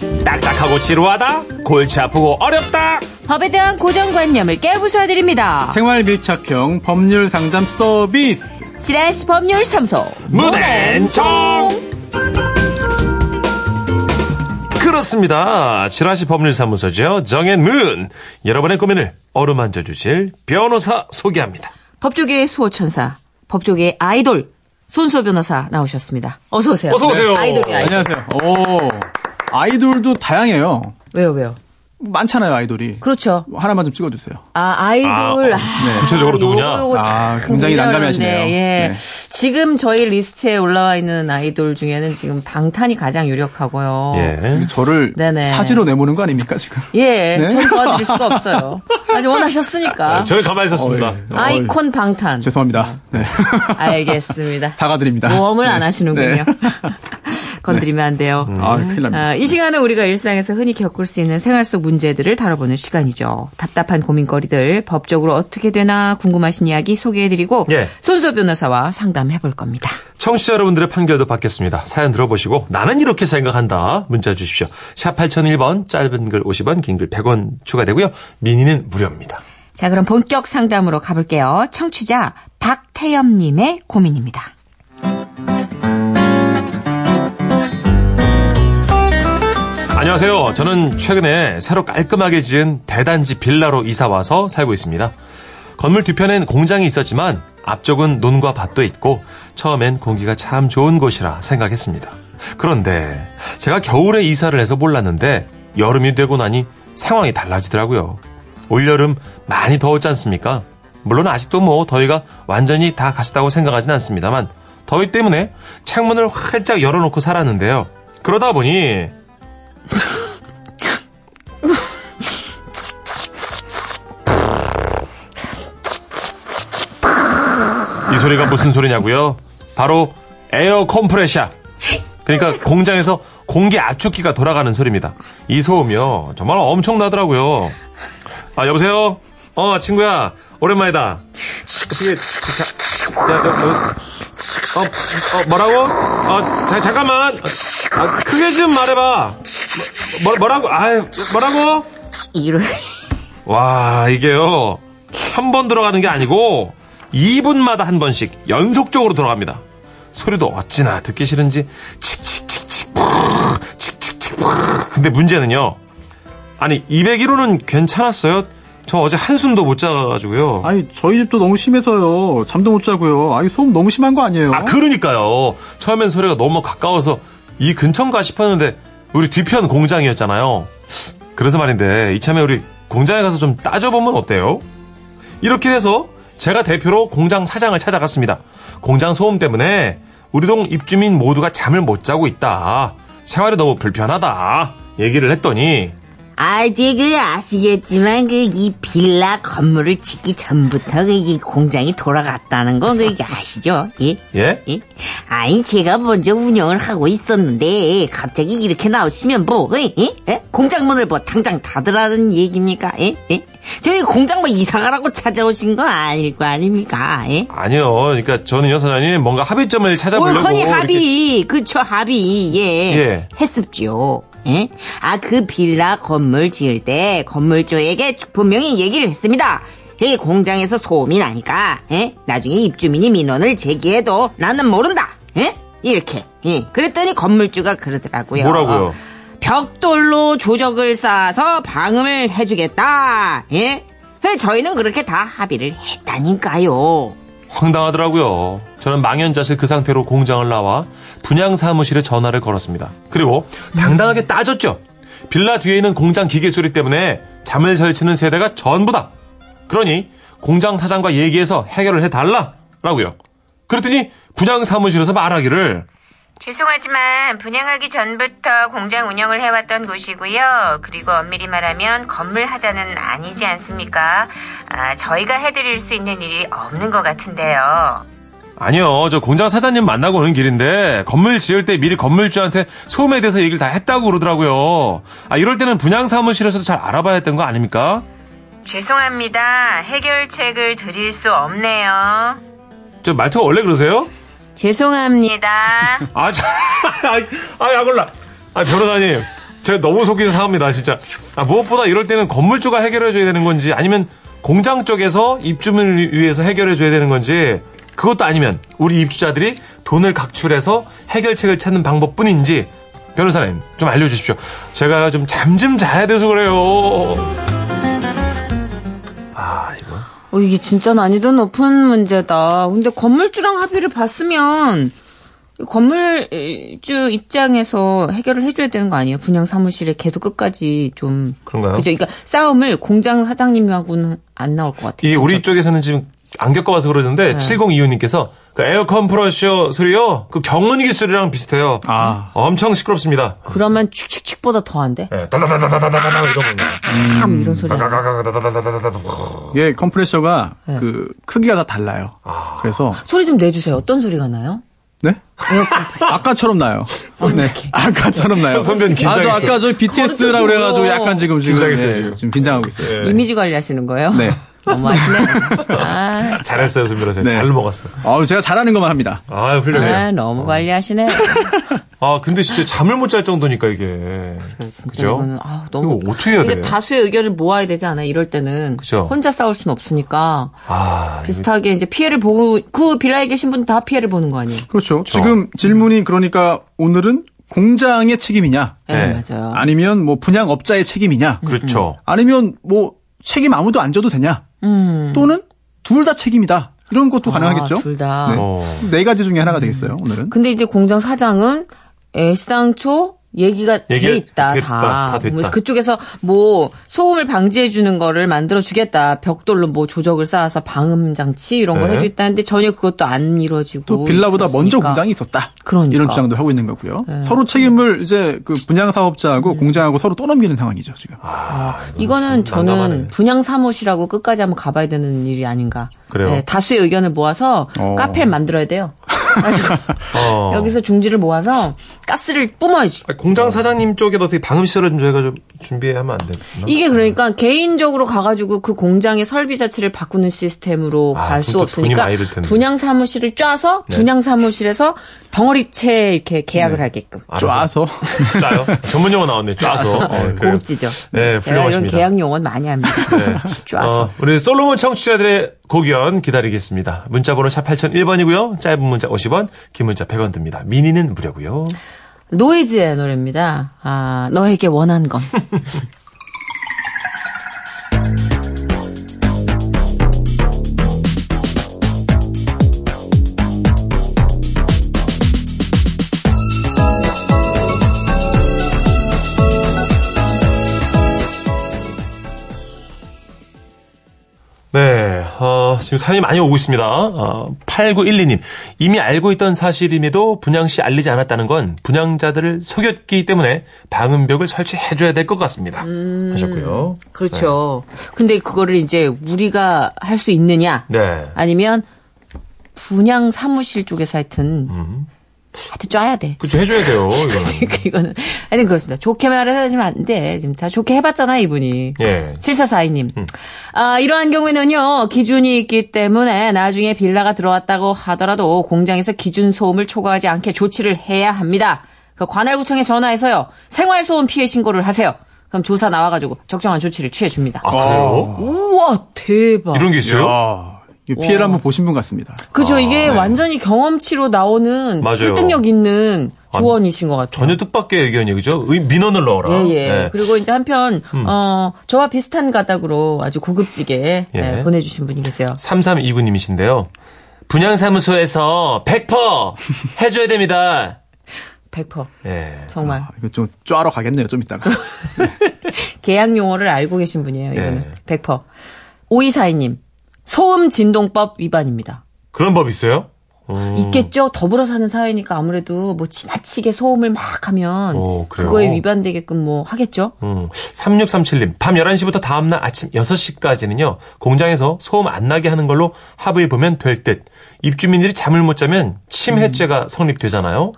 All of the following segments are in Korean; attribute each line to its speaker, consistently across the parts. Speaker 1: 복잡하고 지루하다? 골치 아프고 어렵다?
Speaker 2: 법에 대한 고정관념을 깨부숴드립니다.
Speaker 3: 생활 밀착형 법률 상담 서비스.
Speaker 2: 지라시 법률사무소
Speaker 1: 무den정 그렇습니다. 지라시 법률사무소죠. 정앤문. 여러분의 고민을 어루만져 주실 변호사 소개합니다.
Speaker 2: 법조계의 수호천사, 법조계의 아이돌 손수호 변호사 나오셨습니다. 어서 오세요. 네,
Speaker 1: 어서 오세요.
Speaker 2: 아이돌이 아이돌.
Speaker 3: 안녕하세요. 오. 아이돌도 다양해요.
Speaker 2: 왜요, 왜요?
Speaker 3: 많잖아요, 아이돌이.
Speaker 2: 그렇죠.
Speaker 3: 하나만 좀 찍어주세요.
Speaker 2: 아, 아이돌.
Speaker 1: 아,
Speaker 2: 아,
Speaker 1: 구체적으로 누구냐?
Speaker 2: 요거, 요거 참
Speaker 3: 어, 아, 굉장히
Speaker 2: 어려운데,
Speaker 3: 난감해하시네요.
Speaker 2: 예.
Speaker 3: 네.
Speaker 2: 지금 저희 리스트에 올라와 있는 아이돌 중에는 지금 방탄이 가장 유력하고요.
Speaker 1: 예.
Speaker 3: 저를
Speaker 2: 음. 네네.
Speaker 3: 사지로 내모는 거 아닙니까, 지금?
Speaker 2: 예,
Speaker 3: 네?
Speaker 2: 전 도와드릴 수가 없어요. 아주 원하셨으니까.
Speaker 1: 저는 가만히 있었습니다.
Speaker 3: 어, 예.
Speaker 2: 아이콘 방탄.
Speaker 3: 죄송합니다. 네.
Speaker 2: 알겠습니다.
Speaker 3: 사과드립니다.
Speaker 2: 모험을
Speaker 3: 네.
Speaker 2: 안 하시는군요. 건드리면 안 돼요.
Speaker 3: 아, 큰일 납니다.
Speaker 2: 아, 이 시간은 우리가 일상에서 흔히 겪을 수 있는 생활 속 문제들을 다뤄보는 시간이죠. 답답한 고민거리들, 법적으로 어떻게 되나 궁금하신 이야기 소개해드리고
Speaker 1: 예.
Speaker 2: 손소 변호사와 상담해볼 겁니다.
Speaker 1: 청취자 여러분들의 판결도 받겠습니다. 사연 들어보시고 나는 이렇게 생각한다 문자 주십시오. 샵 8001번 짧은 글 50원 긴 글 100원 추가되고요. 미니는 무료입니다.
Speaker 2: 자, 그럼 본격 상담으로 가볼게요. 청취자 박태엽님의 고민입니다.
Speaker 1: 안녕하세요. 저는 최근에 새로 깔끔하게 지은 대단지 빌라로 이사 와서 살고 있습니다. 건물 뒤편엔 공장이 있었지만 앞쪽은 논과 밭도 있고 처음엔 공기가 참 좋은 곳이라 생각했습니다. 그런데 제가 겨울에 이사를 해서 몰랐는데 여름이 되고 나니 상황이 달라지더라고요. 올여름 많이 더웠지 않습니까? 물론 아직도 뭐 더위가 완전히 다 갔다고 생각하진 않습니다만 더위 때문에 창문을 활짝 열어놓고 살았는데요. 그러다 보니 이 소리가 무슨 소리냐고요? 바로 에어 컴프레셔. 그러니까 공장에서 공기 압축기가 돌아가는 소리입니다. 이 소음이요. 정말 엄청나더라고요. 아, 여보세요? 어, 친구야. 오랜만이다. 어떻게, 자, 야, 너, 너, 어, 어, 뭐라고? 어, 자, 잠깐만. 아, 크게 좀 말해봐. 뭐, 뭐, 라고 아유, 뭐라고?
Speaker 2: 이를
Speaker 1: 와, 이게요. 한 번 들어가는 게 아니고 2분마다 한 번씩 연속적으로 들어갑니다. 소리도 어찌나 듣기 싫은지 칙칙칙칙 뿌르르, 칙칙칙 뿌르르. 근데 문제는요. 아니 201호는 괜찮았어요. 저 어제 한숨도 못 자가지고요.
Speaker 3: 아니, 저희 집도 너무 심해서요. 잠도 못 자고요. 아니, 소음 너무 심한 거 아니에요?
Speaker 2: 어?
Speaker 1: 아 그러니까요. 처음엔 소리가 너무 가까워서 이 근처인가 싶었는데 우리 뒤편 공장이었잖아요. 그래서 말인데 이참에 우리 공장에 가서 좀 따져보면 어때요? 이렇게 해서 제가 대표로 공장 사장을 찾아갔습니다. 공장 소음 때문에 우리 동 입주민 모두가 잠을 못 자고 있다. 생활이 너무 불편하다. 얘기를 했더니
Speaker 2: 아이디 그 아시겠지만 그 이 빌라 건물을 짓기 전부터 그 이 공장이 돌아갔다는 거 그게 아시죠? 예?
Speaker 1: 예?
Speaker 2: 예? 아니 제가 먼저 운영을 하고 있었는데 갑자기 이렇게 나오시면 뭐 예? 예? 예? 공장 문을 뭐 당장 닫으라는 얘기입니까? 예? 예? 저희 공장 뭐 이사가라고 찾아오신 거 아닐 거 아닙니까? 예?
Speaker 1: 아니요. 그러니까 저는요 사장님 뭔가 합의점을 찾아보려고
Speaker 2: 올커니
Speaker 1: 뭐 이렇게-
Speaker 2: 합의, 그쵸, 합의, 예.
Speaker 1: 예.
Speaker 2: 했습지요. 예? 아, 그 빌라 건물 지을 때 건물주에게 분명히 얘기를 했습니다. 이 공장에서 소음이 나니까, 예? 나중에 입주민이 민원을 제기해도 나는 모른다, 예? 이렇게, 예. 그랬더니 건물주가 그러더라고요.
Speaker 1: 뭐라고요?
Speaker 2: 벽돌로 조적을 쌓아서 방음을 해주겠다, 예? 예, 저희는 그렇게 다 합의를 했다니까요.
Speaker 1: 황당하더라고요. 저는 망연자실 그 상태로 공장을 나와 분양 사무실에 전화를 걸었습니다. 그리고 당당하게 따졌죠. 빌라 뒤에 있는 공장 기계 소리 때문에 잠을 설치는 세대가 전부다. 그러니 공장 사장과 얘기해서 해결을 해달라라고요. 그랬더니 분양 사무실에서 말하기를
Speaker 4: 죄송하지만 분양하기 전부터 공장 운영을 해왔던 곳이고요. 그리고 엄밀히 말하면 건물 하자는 아니지 않습니까? 아, 저희가 해드릴 수 있는 일이 없는 것 같은데요.
Speaker 1: 아니요 저 공장 사장님 만나고 오는 길인데 건물 지을 때 미리 건물주한테 소음에 대해서 얘기를 다 했다고 그러더라고요. 아 이럴 때는 분양 사무실에서도 잘 알아봐야 했던 거 아닙니까?
Speaker 4: 죄송합니다. 해결책을 드릴 수 없네요.
Speaker 1: 저 말투가 원래 그러세요?
Speaker 2: 죄송합니다.
Speaker 4: 입니다.
Speaker 1: 아, 참. 아, 아, 약올라. 아, 변호사님. 제가 너무 속이 상합니다, 진짜. 아, 무엇보다 이럴 때는 건물주가 해결해줘야 되는 건지, 아니면 공장 쪽에서 입주민을 위해서 해결해줘야 되는 건지, 그것도 아니면 우리 입주자들이 돈을 각출해서 해결책을 찾는 방법뿐인지, 변호사님, 좀 알려주십시오. 제가 좀 잠 좀 자야 돼서 그래요. 아, 이거.
Speaker 2: 어, 이게 진짜 난이도 높은 문제다. 근데 건물주랑 합의를 봤으면 건물주 입장에서 해결을 해줘야 되는 거 아니에요? 분양 사무실에 계속 끝까지 좀
Speaker 1: 그런가요?
Speaker 2: 그죠? 그러니까 싸움을 공장 사장님하고는 안 나올 것 같아요.
Speaker 1: 이게 우리 쪽에서는 지금 안 겪어봐서 그러는데 7025님께서 그 에어컨 풀어쇼 소리요 그 경운기 소리랑 비슷해요.
Speaker 3: 아.
Speaker 1: 엄청 시끄럽습니다.
Speaker 2: 그러면 축축축보다 더한데?
Speaker 1: 예, 달라다다다다다다 이런 겁니다.
Speaker 2: 참 이런
Speaker 1: 아,
Speaker 2: 소리. 나.
Speaker 1: 가가가가다다다다다다.
Speaker 3: 이게 예, 컴프레셔가
Speaker 2: 네. 아.
Speaker 3: 그 크기가 다 달라요. 그래서
Speaker 2: 소리 좀 내주세요. 어떤 소리가 나요?
Speaker 3: 네? 아까처럼 나요. 네. 아까처럼 나요.
Speaker 1: 선배는
Speaker 3: 아, 저
Speaker 1: 긴장했어요.
Speaker 3: 아까 저 BTS라고 그래가지고 약간 지금 지금
Speaker 1: 긴장했어요,
Speaker 3: 네,
Speaker 1: 지금.
Speaker 3: 지금 긴장하고 있어요.
Speaker 1: 네.
Speaker 2: 이미지 관리하시는 거예요?
Speaker 3: 네.
Speaker 2: 너무 하시네. 아,
Speaker 1: 잘했어요, 손미라 쌤.
Speaker 3: 네.
Speaker 1: 잘 먹었어.
Speaker 3: 아우 제가 잘하는 것만 합니다.
Speaker 1: 아,
Speaker 2: 아,
Speaker 1: 훌륭해요.
Speaker 2: 너무 관리하시네.
Speaker 1: 아, 근데 진짜 잠을 못 잘 정도니까 이게.
Speaker 2: 진짜
Speaker 1: 그죠?
Speaker 2: 이거는 아, 너무
Speaker 1: 이거 어떻게 해야
Speaker 2: 근데
Speaker 1: 돼요?
Speaker 2: 다수의 의견을 모아야 되지 않아? 이럴 때는
Speaker 1: 그죠.
Speaker 2: 혼자 싸울 순 없으니까
Speaker 1: 아, 이거
Speaker 2: 비슷하게 이제 피해를 보고 그 빌라에 계신 분 다 피해를 보는 거 아니에요?
Speaker 3: 그렇죠. 지금
Speaker 1: 어.
Speaker 3: 질문이 그러니까 오늘은 공장의 책임이냐,
Speaker 2: 네,
Speaker 1: 네.
Speaker 2: 맞아요.
Speaker 3: 아니면 뭐 분양업자의 책임이냐,
Speaker 1: 그렇죠.
Speaker 3: 아니면 뭐 책임 아무도 안 져도 되냐, 또는 둘 다 책임이다 이런 것도 가능하겠죠.
Speaker 2: 음. 아, 둘 다.
Speaker 3: 네.
Speaker 1: 어.
Speaker 3: 네 가지 중에 하나가 되겠어요. 오늘은.
Speaker 2: 근데 이제 공장 사장은 예, 애시당초 얘기가
Speaker 1: 얘기가
Speaker 2: 돼 있다
Speaker 1: 됐다,
Speaker 2: 다.
Speaker 1: 다 됐다.
Speaker 2: 그래서 그쪽에서 뭐 소음을 방지해 주는 거를 만들어 주겠다. 벽돌로 뭐 조적을 쌓아서 방음 장치 이런 걸
Speaker 1: 네.
Speaker 2: 해주겠다는데 전혀 그것도 안 이루어지고
Speaker 3: 또 빌라보다 먼저
Speaker 2: 있었으니까.
Speaker 3: 공장이 있었다.
Speaker 2: 그러니까. 네.
Speaker 3: 이런 주장도 하고 있는 거고요. 서로 책임을 이제 그 분양 사업자하고 공장하고 서로 떠넘기는 상황이죠 지금.
Speaker 1: 아,
Speaker 2: 이거는
Speaker 1: 음, 참 난감하네.
Speaker 2: 저는 분양 사무실하고 끝까지 한번 가봐야 되는 일이 아닌가. 네,
Speaker 1: 그래요?
Speaker 2: 다수의 의견을 모아서
Speaker 3: 어.
Speaker 2: 카페를 만들어야 돼요. 그래가지고
Speaker 1: 어.
Speaker 2: 여기서 중지를 모아서 가스를 뿜어야지.
Speaker 1: 아, 공장 사장님 쪽에도 어떻게 방음 시설을 좀 저희가 좀 준비하면 안 되나?
Speaker 2: 이게 그러니까 개인적으로 가가지고 그 공장의 설비 자체를 바꾸는 시스템으로
Speaker 1: 아, 그건
Speaker 2: 갈
Speaker 1: 또
Speaker 2: 수
Speaker 1: 돈이
Speaker 2: 없으니까
Speaker 1: 많이 들 텐데. 네.
Speaker 2: 분양 사무실을 짜서 분양 사무실에서 덩어리채 이렇게 계약을 하게끔
Speaker 1: 아,
Speaker 3: 쫙서
Speaker 1: 짜요? 전문 용어 나왔네. 짜서. 어, 그래요.
Speaker 2: 고급지죠.
Speaker 1: 네,
Speaker 2: 제가 이런
Speaker 1: 훌륭하십니다.
Speaker 2: 계약 용어는 많이 합니다.
Speaker 1: 네.
Speaker 2: 쫙서.
Speaker 1: 어, 우리 솔로몬 청취자들의 고견 기다리겠습니다. 문자번호 샵 8001번이고요. 짧은 문자 50원, 긴 문자 100원 듭니다. 미니는 무료고요.
Speaker 2: 노이즈의 노래입니다. 아, 너에게 원한 건.
Speaker 1: 네, 어, 지금 사연이 많이 오고 있습니다. 어, 8912님. 이미 알고 있던 사실임에도 분양 시 알리지 않았다는 건 분양자들을 속였기 때문에 방음벽을 설치해줘야 될 것 같습니다.
Speaker 2: 음.
Speaker 1: 하셨고요.
Speaker 2: 그렇죠. 근데 그거를 이제 우리가 할 수 있느냐?
Speaker 1: 네.
Speaker 2: 아니면 분양 사무실 쪽에서 하여튼 하여튼 쪄야 돼.
Speaker 1: 그쵸, 해줘야 돼요, 이거는.
Speaker 2: 그러니까 이거는 하여튼 그렇습니다. 좋게 말해서 지금 안 돼. 지금 다 좋게 해봤잖아 이분이.
Speaker 1: 예.
Speaker 2: 7442님. 아, 이러한 경우에는요, 기준이 있기 때문에 나중에 빌라가 들어왔다고 하더라도 공장에서 기준 소음을 초과하지 않게 조치를 해야 합니다. 그 관할구청에 전화해서요, 생활소음 피해 신고를 하세요. 그럼 조사 나와가지고 적정한 조치를 취해줍니다.
Speaker 1: 아, 그래요?
Speaker 2: 우와, 대박.
Speaker 1: 이런 게 있어요?
Speaker 3: 야, 이 피해를 한번 보신 분 같습니다.
Speaker 2: 그죠, 이게 완전히 경험치로 나오는
Speaker 1: 네. 맞아요.
Speaker 2: 설득력 있는 조언이신 것 같아요.
Speaker 1: 전혀 뜻밖의 의견이, 그죠? 의- 민원을 넣어라.
Speaker 2: 예, 예.
Speaker 1: 네. 음.
Speaker 2: 그리고 이제 한편, 어, 저와 비슷한 가닥으로 아주 고급지게
Speaker 1: 예.
Speaker 2: 네, 보내주신 분이 계세요.
Speaker 1: 3329님이신데요. 분양사무소에서 100% 해줘야 됩니다.
Speaker 2: 100%.
Speaker 1: 예.
Speaker 2: 정말.
Speaker 3: 아, 이거 좀 쫙러 가겠네요 좀 이따가.
Speaker 2: 계약 용어를 알고 계신 분이에요, 이거는.
Speaker 1: 예.
Speaker 2: 100%. 5242님. 소음 진동법 위반입니다.
Speaker 1: 그런 법 있어요? 어.
Speaker 2: 있겠죠? 더불어 사는 사회니까 아무래도 뭐 지나치게 소음을 막 하면
Speaker 1: 오, 그래요?
Speaker 2: 그거에 위반되게끔 뭐 하겠죠?
Speaker 1: 음, 3637님, 밤 11시부터 다음날 아침 6시까지는요, 공장에서 소음 안 나게 하는 걸로 합의보면 될 듯. 입주민들이 잠을 못 자면 침해죄가 성립되잖아요.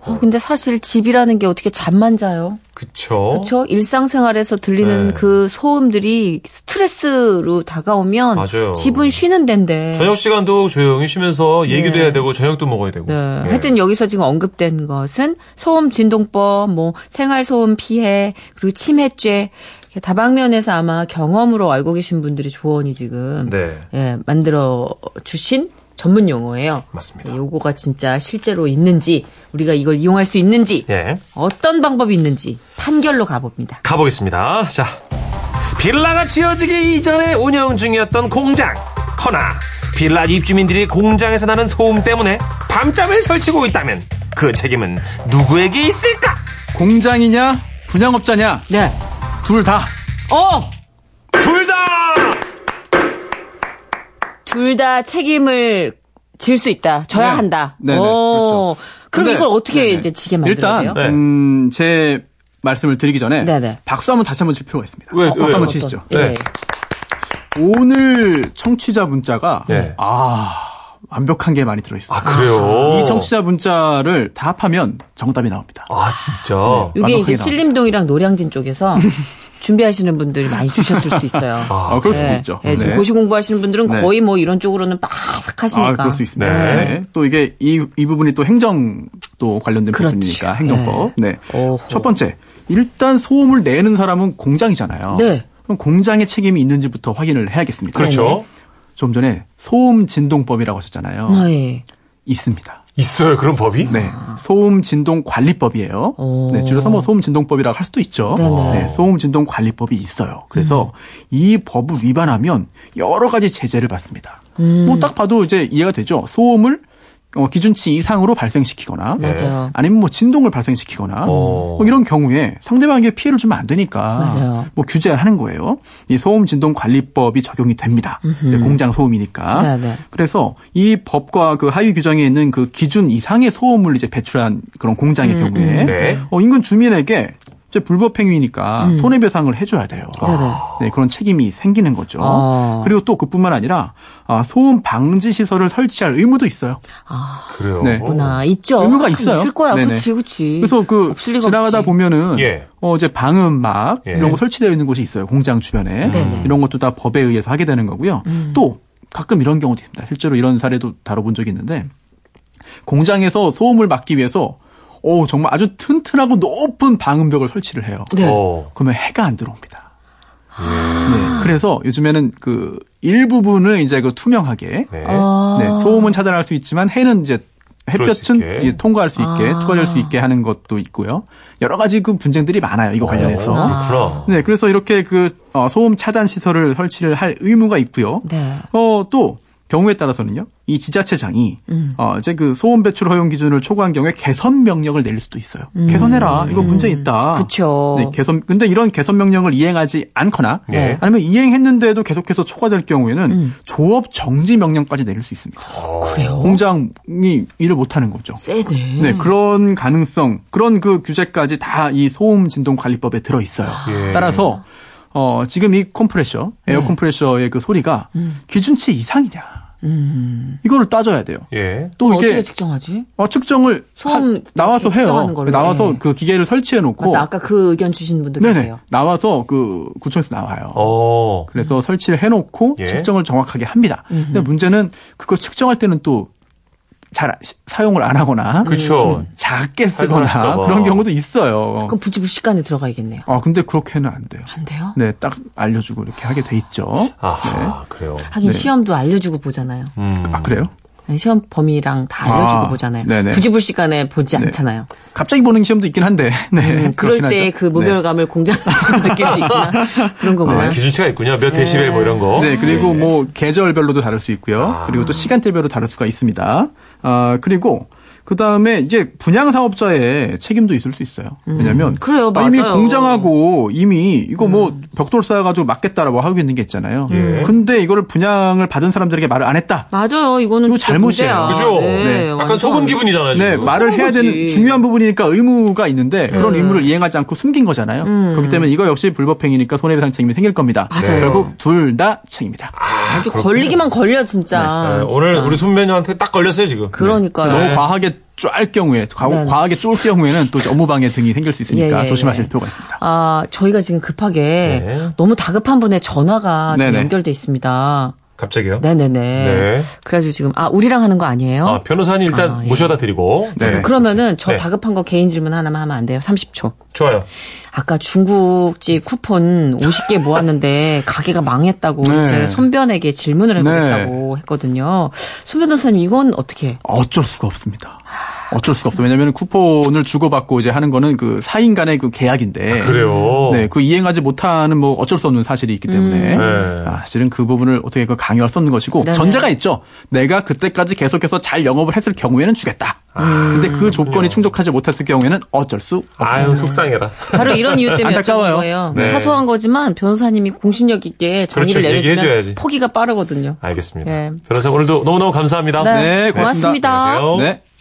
Speaker 2: 어, 근데 사실 집이라는 게 어떻게 잠만 자요?
Speaker 1: 그쵸.
Speaker 2: 그렇죠? 일상생활에서 들리는
Speaker 1: 어? 네.
Speaker 2: 그 소음들이 스트레스로 다가오면
Speaker 1: 맞아요.
Speaker 2: 집은 쉬는 데인데.
Speaker 1: 저녁 시간도 조용히 쉬면서 얘기도
Speaker 2: 네.
Speaker 1: 해야 되고 저녁도 먹어야 되고.
Speaker 2: 네.
Speaker 1: 예.
Speaker 2: 하여튼 여기서 지금 언급된 것은 소음 진동법, 뭐 생활 소음 피해, 그리고 침해죄 이렇게 다방면에서 아마 경험으로 알고 계신 분들이 조언이 지금
Speaker 1: 네.
Speaker 2: 예, 만들어 주신 전문 용어예요.
Speaker 1: 맞습니다.
Speaker 2: 예, 요거가 진짜 실제로 있는지 우리가 이걸 이용할 수 있는지
Speaker 1: 예.
Speaker 2: 어떤 방법이 있는지 판결로 가봅니다.
Speaker 1: 가보겠습니다. 자, 빌라가 지어지기 이전에 운영 중이었던 공장. 허나 빌라 입주민들이 공장에서 나는 소음 때문에 밤잠을 설치고 있다면 그 책임은 누구에게 있을까?
Speaker 3: 공장이냐 분양업자냐
Speaker 2: 네.
Speaker 3: 둘 다.
Speaker 2: 어!
Speaker 1: 둘 다!
Speaker 2: 둘 다 책임을 질 수 있다. 져야
Speaker 3: 네.
Speaker 2: 한다.
Speaker 3: 네네, 그렇죠.
Speaker 2: 오. 그럼
Speaker 3: 근데-
Speaker 2: 이걸 어떻게
Speaker 3: 네네.
Speaker 2: 이제 지게 만들어야 돼요?
Speaker 3: 일단
Speaker 1: 돼요?
Speaker 3: 음, 제 말씀을 드리기 전에
Speaker 2: 네네. 어,
Speaker 3: 박수 한번 다시 한번 칠 필요가 있습니다.
Speaker 1: 왜,
Speaker 3: 박수
Speaker 1: 왜요?
Speaker 3: 한번 치시죠.
Speaker 1: 네.
Speaker 2: 예.
Speaker 3: 오늘 청취자 문자가
Speaker 1: 네.
Speaker 3: 아 완벽한 게 많이 들어있어요.
Speaker 1: 아, 그래요?
Speaker 3: 이 청취자 문자를 다 합하면 정답이 나옵니다.
Speaker 1: 아, 진짜.
Speaker 2: 이게 이제
Speaker 3: 완벽하게 나옵니다.
Speaker 2: 신림동이랑 노량진 쪽에서 준비하시는 분들이 많이 주셨을 수도 있어요.
Speaker 1: 아,
Speaker 3: 아, 그럴 수도
Speaker 2: 예,
Speaker 3: 있죠.
Speaker 2: 예, 지금
Speaker 3: 네.
Speaker 2: 고시 공부하시는 분들은
Speaker 3: 네.
Speaker 2: 거의 뭐 이런 쪽으로는 빠삭 하시니까.
Speaker 3: 아, 그럴 수 있습니다.
Speaker 1: 네.
Speaker 3: 네. 또 이게 이, 이 부분이 또 행정 또 관련된
Speaker 2: 그렇죠.
Speaker 3: 부분이니까 행정법. 네.
Speaker 2: 오호.
Speaker 3: 첫 번째, 일단 소음을 내는 사람은 공장이잖아요.
Speaker 2: 네.
Speaker 3: 그럼 공장의 책임이 있는지부터 확인을 해야겠습니다.
Speaker 1: 그렇죠.
Speaker 3: 네. 좀 전에 소음 진동법이라고 하셨잖아요.
Speaker 2: 아, 예.
Speaker 3: 있습니다.
Speaker 1: 있어요, 그런 법이?
Speaker 3: 네. 소음 진동 관리법이에요.
Speaker 2: 오.
Speaker 3: 네, 줄여서 뭐 소음 진동법이라고 할 수도 있죠.
Speaker 2: 어. 네네. 음.
Speaker 3: 네, 소음 진동 관리법이 있어요. 그래서 이 법을 위반하면 여러 가지 제재를 받습니다.
Speaker 2: 음.
Speaker 3: 뭐 딱 봐도 이제 이해가 되죠. 소음을 어, 기준치 이상으로 발생시키거나
Speaker 2: 네. 맞아요. 어.
Speaker 3: 아니면 뭐 진동을 발생시키거나
Speaker 1: 오.
Speaker 3: 뭐 이런 경우에 상대방에게 피해를 주면 안 되니까
Speaker 2: 맞아요.
Speaker 3: 뭐 규제를 하는 거예요. 이 소음 진동 관리법이 적용이 됩니다. 이제 공장 소음이니까.
Speaker 2: 네네.
Speaker 3: 그래서 이 법과 그 하위 규정에 있는 그 기준 이상의 소음을 이제 배출한 그런 공장의 경우에
Speaker 1: 네.
Speaker 3: 어, 인근 주민에게 이제 불법 행위니까 손해배상을 해줘야 돼요. 음. 네, 그런 책임이 생기는 거죠.
Speaker 2: 아.
Speaker 3: 그리고 또 그뿐만 아니라 아, 소음 방지 시설을 설치할 의무도 있어요.
Speaker 1: 그래요.
Speaker 3: 네.
Speaker 2: 구나 아, 있죠.
Speaker 3: 의무가
Speaker 2: 아,
Speaker 3: 있어요.
Speaker 2: 있을 거야.
Speaker 3: 네네.
Speaker 2: 그렇지, 그렇지.
Speaker 3: 그래서 그
Speaker 2: 없을 리가 음.
Speaker 3: 지나가다
Speaker 2: 아, 없지.
Speaker 3: 보면은
Speaker 1: 예.
Speaker 3: 어 이제 방음막
Speaker 1: 예.
Speaker 3: 이런 거 설치되어 있는 곳이 있어요 공장 주변에 음.
Speaker 2: 네네. 음.
Speaker 3: 이런 것도 다 법에 의해서 하게 되는 거고요. 또 가끔 이런 경우도 있습니다. 실제로 이런 사례도 다뤄본 적이 있는데 공장에서 소음을 막기 위해서 어 정말 아주 튼튼하고 높은 방음벽을 설치를 해요.
Speaker 2: 네.
Speaker 1: 어.
Speaker 3: 그러면 해가 안 들어옵니다.
Speaker 2: 아.
Speaker 3: 네, 그래서 요즘에는 그 일부분을 이제 그 투명하게
Speaker 1: 네.
Speaker 2: 아.
Speaker 3: 네, 소음은 차단할 수 있지만 해는 이제
Speaker 1: 수
Speaker 3: 햇볕은
Speaker 1: 있게.
Speaker 3: 이제 통과할 수 있게
Speaker 2: 아.
Speaker 3: 추가될 수 있게 하는 것도 있고요. 여러 가지 그 분쟁들이 많아요. 이거 관련해서.
Speaker 1: 어, 그렇구나.
Speaker 3: 네, 그래서 이렇게 그 어, 소음 차단 시설을 설치를 할 의무가 있고요.
Speaker 2: 네.
Speaker 3: 어, 또 경우에 따라서는요. 이 지자체장이 어, 이제 그 소음 배출 허용 기준을 초과한 경우에 개선 명령을 내릴 수도 있어요. 개선해라. 이거 문제 있다.
Speaker 2: 그쵸.
Speaker 3: 네, 개선 근데 이런 개선 명령을 이행하지 않거나
Speaker 1: 네.
Speaker 3: 아니면 이행했는데도 계속해서 초과될 경우에는 조업 정지 명령까지 내릴 수 있습니다.
Speaker 2: 그래요.
Speaker 3: 공장이 일을 못 하는 거죠.
Speaker 2: 세네.
Speaker 3: 네, 그런 가능성, 그런 그 규제까지 다 이 소음 진동 관리법에 들어 있어요.
Speaker 2: 아.
Speaker 1: 예.
Speaker 3: 따라서 어, 지금 이 컴프레셔,
Speaker 2: 네.
Speaker 3: 에어 컴프레셔의 그 소리가
Speaker 2: 음.
Speaker 3: 기준치 이상이냐. 이거를 따져야 돼요.
Speaker 1: 예.
Speaker 3: 또 이게
Speaker 2: 어떻게 측정하지?
Speaker 3: 어, 측정을
Speaker 2: 소음
Speaker 3: 하- 나와서
Speaker 2: 이렇게
Speaker 3: 해요.
Speaker 2: 측정하는 걸로.
Speaker 3: 나와서
Speaker 2: 예.
Speaker 3: 그 기계를 설치해 놓고
Speaker 2: 맞다. 아까 그 의견 주신 분도
Speaker 3: 네네.
Speaker 2: 계세요.
Speaker 3: 나와서 그 구청에서 나와요.
Speaker 1: 어.
Speaker 3: 그래서 설치를 해놓고
Speaker 1: 예.
Speaker 3: 측정을 정확하게 합니다. 근데 문제는 그거 측정할 때는 또 잘 사용을 안 하거나
Speaker 2: 그렇죠.
Speaker 1: 그쵸.
Speaker 3: 음, 좀 작게
Speaker 1: 할까
Speaker 3: 쓰거나
Speaker 1: 봐.
Speaker 3: 그런 경우도 있어요.
Speaker 2: 그럼 부지불식간에 들어가야겠네요.
Speaker 3: 아 근데 그렇게는 안 돼요.
Speaker 2: 안 돼요?
Speaker 3: 네, 딱 알려주고 이렇게 하게 돼 있죠.
Speaker 1: 아하, 그래요.
Speaker 2: 하긴
Speaker 3: 네.
Speaker 2: 시험도 알려주고 보잖아요.
Speaker 1: 음.
Speaker 3: 아 그래요?
Speaker 2: 네, 시험 범위랑 다 알려주고
Speaker 3: 아,
Speaker 2: 보잖아요.
Speaker 3: 네네.
Speaker 2: 부지불식간에 보지
Speaker 3: 네.
Speaker 2: 않잖아요.
Speaker 3: 갑자기 보는 시험도 있긴 한데. 네.
Speaker 2: 음, 그럴
Speaker 3: 그렇긴
Speaker 2: 때
Speaker 3: 하죠. 네.
Speaker 2: 그 모멸감을 공장에서 느낄 수 있구나. 그런 거구나.
Speaker 1: 아, 기준치가 있군요. 몇 데시벨 뭐 이런 거.
Speaker 3: 네, 그리고
Speaker 1: 예.
Speaker 3: 뭐 계절별로도 다를 수 있고요.
Speaker 1: 아.
Speaker 3: 그리고 또 시간대별로 다를 수가 있습니다. 아, 그리고 그 다음에 이제 분양 사업자의 책임도 있을 수 있어요. 왜냐면
Speaker 2: 음. 그래요,
Speaker 3: 아, 이미
Speaker 2: 맞아요. 음.
Speaker 3: 공장하고 이미 이거 뭐 벽돌 쌓아가지고 막겠다라고 하고 있는 게 있잖아요.
Speaker 1: 예.
Speaker 3: 근데 이거를 분양을 받은 사람들에게 말을 안 했다.
Speaker 2: 맞아요. 이거는
Speaker 3: 이거
Speaker 2: 진짜
Speaker 3: 잘못이에요.
Speaker 2: 문제야.
Speaker 1: 그죠?
Speaker 2: 네,
Speaker 3: 네.
Speaker 1: 약간
Speaker 2: 완전.
Speaker 1: 소금 기분이잖아요.
Speaker 3: 네,
Speaker 1: 지금.
Speaker 3: 말을 해야
Speaker 2: 거지. 네.
Speaker 3: 되는 중요한 부분이니까 의무가 있는데 그런 의무를 이행하지 않고 숨긴 거잖아요. 그렇기 때문에 이거 역시 불법행위니까 손해배상 책임이 생길 겁니다.
Speaker 2: 음. 맞아요.
Speaker 3: 결국 둘 다 책임이다.
Speaker 2: 아주 걸리기만 걸려
Speaker 1: 네,
Speaker 2: 진짜.
Speaker 1: 오늘
Speaker 2: 진짜.
Speaker 1: 우리 손매녀한테 딱 걸렸어요 지금. 네.
Speaker 2: 그러니까요.
Speaker 3: 너무 과하게 쫄 경우에 과,
Speaker 2: 아, 네.
Speaker 3: 과하게 쫄 경우에는 또 업무방해 등이 생길 수 있으니까
Speaker 2: 예, 예,
Speaker 3: 조심하실
Speaker 2: 예.
Speaker 3: 필요가 있습니다.
Speaker 2: 아, 저희가 지금 급하게
Speaker 1: 네.
Speaker 2: 너무 다급한 분의 전화가 지금
Speaker 3: 네네.
Speaker 2: 연결돼 있습니다.
Speaker 1: 갑자기요?
Speaker 2: 네네네.
Speaker 1: 네.
Speaker 2: 그래가지고 지금 아 우리랑 하는 거 아니에요?
Speaker 1: 아, 변호사님 일단
Speaker 2: 아, 예.
Speaker 1: 모셔다 드리고.
Speaker 3: 네.
Speaker 2: 그러면은 저
Speaker 1: 네.
Speaker 2: 다급한 거 개인 질문 하나만 하면 안 돼요? 30초.
Speaker 1: 좋아요.
Speaker 2: 아까 중국집 쿠폰 50개 모았는데 가게가 망했다고
Speaker 3: 네.
Speaker 2: 제 손변에게 질문을 해보겠다고 했거든요. 손 변호사님 이건 어떻게?
Speaker 3: 어쩔 수가 없습니다. 어쩔 수가 없어. 왜냐면 쿠폰을 주고받고 이제 하는 거는 그 사인 간의 그 계약인데.
Speaker 1: 아, 그래요.
Speaker 3: 네, 그 이행하지 못하는 뭐 어쩔 수 없는 사실이 있기 때문에
Speaker 1: 어. 네.
Speaker 3: 아, 사실은 그 부분을 어떻게 그 강요할 수 없는 것이고
Speaker 2: 네네.
Speaker 3: 전제가 있죠. 내가 그때까지 계속해서 잘 영업을 했을 경우에는 주겠다.
Speaker 1: 아,
Speaker 3: 근데 그 조건이 충족하지 못했을 경우에는 어쩔 수 없습니다.
Speaker 1: 아유 속상해라.
Speaker 2: 바로 이런 이유 때문에
Speaker 3: 안타까워요.
Speaker 2: 여쭤본 거예요.
Speaker 1: 네.
Speaker 2: 사소한 거지만 변호사님이 공신력 있게 정의를
Speaker 1: 그렇죠. 얘기해줘야지.
Speaker 2: 내려주면 포기가 빠르거든요.
Speaker 1: 알겠습니다.
Speaker 2: 예.
Speaker 1: 변호사 오늘도 너무너무 감사합니다.
Speaker 3: 네, 고맙습니다.
Speaker 2: 고맙습니다.
Speaker 1: 아, 안녕하세요.
Speaker 3: 네.